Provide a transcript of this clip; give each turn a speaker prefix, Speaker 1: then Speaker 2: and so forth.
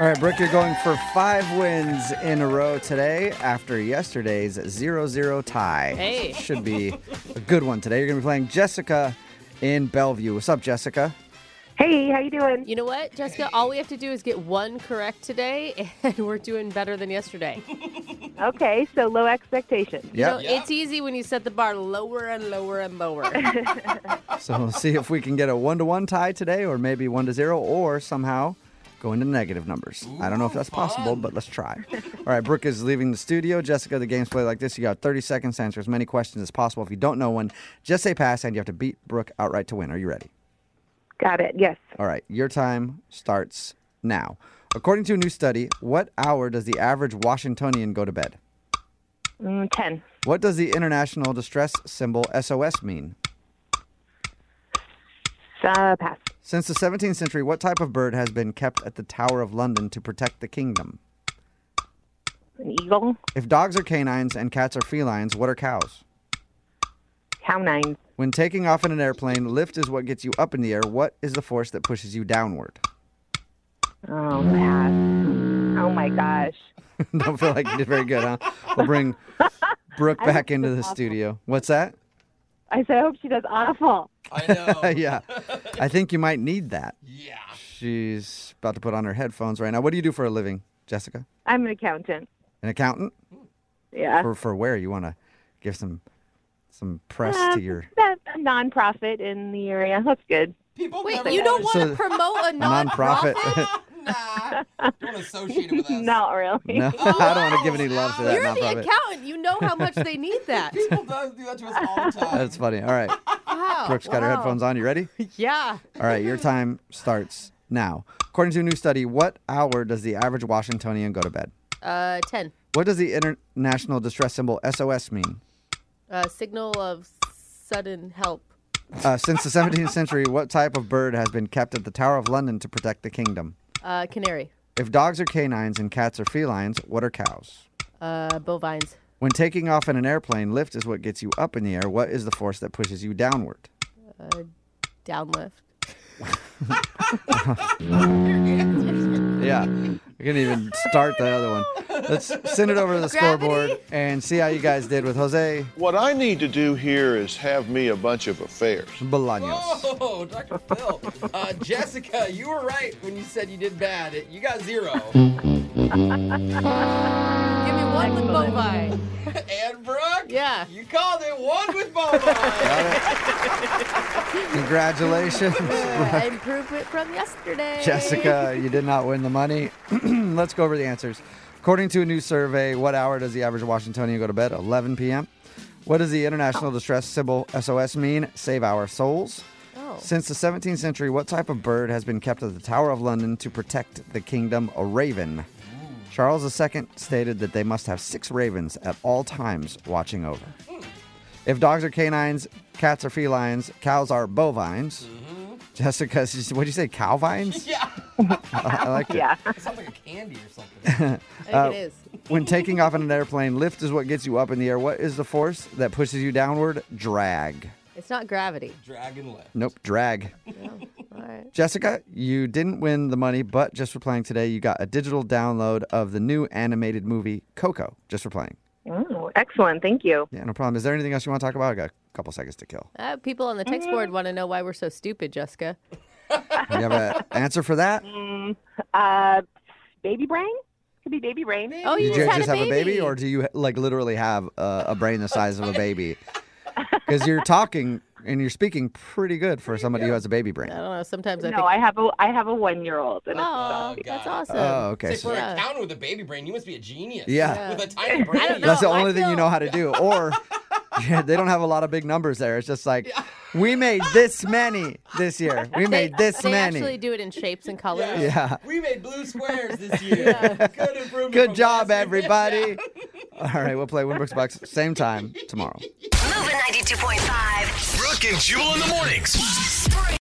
Speaker 1: All right, Brooke, you're going for five wins in a row today after yesterday's 0 0 tie.
Speaker 2: Hey.
Speaker 1: Should be a good one today. You're going to be playing Jessica in Bellevue. What's up, Jessica?
Speaker 3: Hey, how you doing?
Speaker 2: You know what, Jessica? All we have to do is get one correct today, and we're doing better than yesterday.
Speaker 3: Okay, so low expectations.
Speaker 2: You know,
Speaker 1: Yep.
Speaker 2: It's easy when you set the bar lower and lower and lower.
Speaker 1: So we'll see if we can get a one to one tie today, or maybe one to zero, or somehow go into negative numbers. I don't know if that's possible, but let's try. All right, Brooke is leaving the studio. Jessica, the game's played like this. You got 30 seconds to answer as many questions as possible. If you don't know one, just say pass, and you have to beat Brooke outright to win. Are you ready?
Speaker 3: Got it. Yes.
Speaker 1: All right, your time starts now. According to a new study, what hour does the average Washingtonian go to bed?
Speaker 3: Mm, Ten.
Speaker 1: What does the international distress symbol SOS mean?
Speaker 3: Uh, pass.
Speaker 1: Since the 17th century, what type of bird has been kept at the Tower of London to protect the kingdom?
Speaker 3: An eagle.
Speaker 1: If dogs are canines and cats are felines, what are cows?
Speaker 3: Cow nine.
Speaker 1: When taking off in an airplane, lift is what gets you up in the air. What is the force that pushes you downward?
Speaker 3: Oh, pass. Oh my gosh.
Speaker 1: Don't feel like you did very good, huh? We'll bring Brooke back into the studio. What's that?
Speaker 3: I said, I hope she does awful.
Speaker 4: I know.
Speaker 1: yeah. I think you might need that.
Speaker 4: yeah.
Speaker 1: She's about to put on her headphones right now. What do you do for a living, Jessica?
Speaker 3: I'm an accountant.
Speaker 1: An accountant?
Speaker 3: Yeah.
Speaker 2: Uh,
Speaker 1: For for where you want to give some some press to
Speaker 3: Um,
Speaker 1: your
Speaker 3: a a nonprofit in the area. That's good.
Speaker 4: People
Speaker 2: Wait,
Speaker 4: never
Speaker 2: you don't want
Speaker 1: So-
Speaker 2: to promote a
Speaker 1: nonprofit.
Speaker 2: nonprofit?
Speaker 4: nah. Don't associate it with us.
Speaker 3: Not really.
Speaker 1: no, I don't want to give any love to that
Speaker 2: You're the
Speaker 1: nonprofit.
Speaker 2: accountant. You know how much they need that.
Speaker 4: People does do that to us all the time.
Speaker 1: That's funny. All right,
Speaker 2: Wow.
Speaker 1: Brooke's got her
Speaker 2: wow.
Speaker 1: headphones on. You ready?
Speaker 2: Yeah.
Speaker 1: All right, your time starts now. According to a new study, what hour does the average Washingtonian go to bed?
Speaker 2: Uh, 10.
Speaker 1: What does the international distress symbol SOS mean?
Speaker 2: Uh, signal of sudden help.
Speaker 1: Uh, since the 17th century, what type of bird has been kept at the Tower of London to protect the kingdom?
Speaker 2: Uh, canary.
Speaker 1: If dogs are canines and cats are felines, what are cows?
Speaker 2: Uh, bovines.
Speaker 1: When taking off in an airplane, lift is what gets you up in the air. What is the force that pushes you downward?
Speaker 2: Downlift.
Speaker 1: Yeah. I couldn't even start the other one. Let's send it over to the scoreboard and see how you guys did with Jose
Speaker 5: What I need to do here is have me a bunch of affairs.
Speaker 1: Bolaños.
Speaker 4: Oh, Dr. Phil. Uh, Jessica, you were right when you said you did bad. It- You got zero.
Speaker 1: Mm.
Speaker 2: Give me one with bovine.
Speaker 4: and Brooke?
Speaker 2: Yeah.
Speaker 4: You called it one with Bobo.
Speaker 1: Congratulations.
Speaker 2: Uh, improvement from yesterday.
Speaker 1: Jessica, you did not win the money. Let's go over the answers. According to a new survey, what hour does the average Washingtonian go to bed? 11 p.m. What does the international distress symbol SOS mean? Save our souls.
Speaker 2: Oh.
Speaker 1: Since the 17th century, what type of bird has been kept at the Tower of London to protect the kingdom? A raven. Charles II stated that they must have six ravens at all times watching over. If dogs are canines, cats are felines, cows are bovines. Jessica, what did you say? Cowvines?
Speaker 4: yeah.
Speaker 1: I like it.
Speaker 3: Yeah.
Speaker 4: It sounds like a candy or something.
Speaker 2: I think
Speaker 1: uh,
Speaker 2: it is.
Speaker 1: When taking off in an airplane, lift is what gets you up in the air. What is the force that pushes you downward? Drag.
Speaker 2: It's not gravity.
Speaker 4: Dragon left.
Speaker 1: Nope, drag.
Speaker 2: All right.
Speaker 1: Jessica, you didn't win the money, but just for playing today, you got a digital download of the new animated movie Coco. Just for playing.
Speaker 3: Oh, excellent. Thank you.
Speaker 1: Yeah, no problem. Is there anything else you want to talk about? I got a couple seconds to kill.
Speaker 2: Uh, people on the text board want to know why we're so stupid, Jessica.
Speaker 1: You have an answer for that?
Speaker 3: Uh, baby brain? Could be baby brain.
Speaker 2: Oh, you,
Speaker 1: Did you
Speaker 2: just, had
Speaker 1: just
Speaker 2: a
Speaker 1: have a baby, or do you like literally have a, a brain the size of a baby? Because you're talking and you're speaking pretty good for somebody who has a baby brain.
Speaker 2: I don't know. Sometimes I
Speaker 3: No,
Speaker 2: think.
Speaker 3: I have a I have a one year old.
Speaker 2: oh, that's
Speaker 4: God.
Speaker 2: awesome.
Speaker 1: Oh, okay.
Speaker 4: It's like
Speaker 1: So
Speaker 4: for
Speaker 2: Yeah.
Speaker 4: a accountant with a baby brain, you must be a genius.
Speaker 1: Yeah.
Speaker 4: With a tiny brain.
Speaker 2: I don't know.
Speaker 1: that's the
Speaker 2: I
Speaker 1: only thing you
Speaker 2: feel-
Speaker 1: know how to do. Or yeah, they don't have a lot of big numbers there. It's just like we made this many this year. We
Speaker 2: They-
Speaker 1: made this
Speaker 2: they
Speaker 1: many.
Speaker 2: actually do it in shapes and colors.
Speaker 1: Yeah.
Speaker 4: We made blue squares this year. Good improvement.
Speaker 1: Good
Speaker 4: from
Speaker 1: job,
Speaker 4: last year.
Speaker 1: everybody. All right, we'll play Winbrook's Bucks same time tomorrow.
Speaker 6: Moving 92.5.
Speaker 7: Brooke and Jubal in the mornings.
Speaker 6: Spring.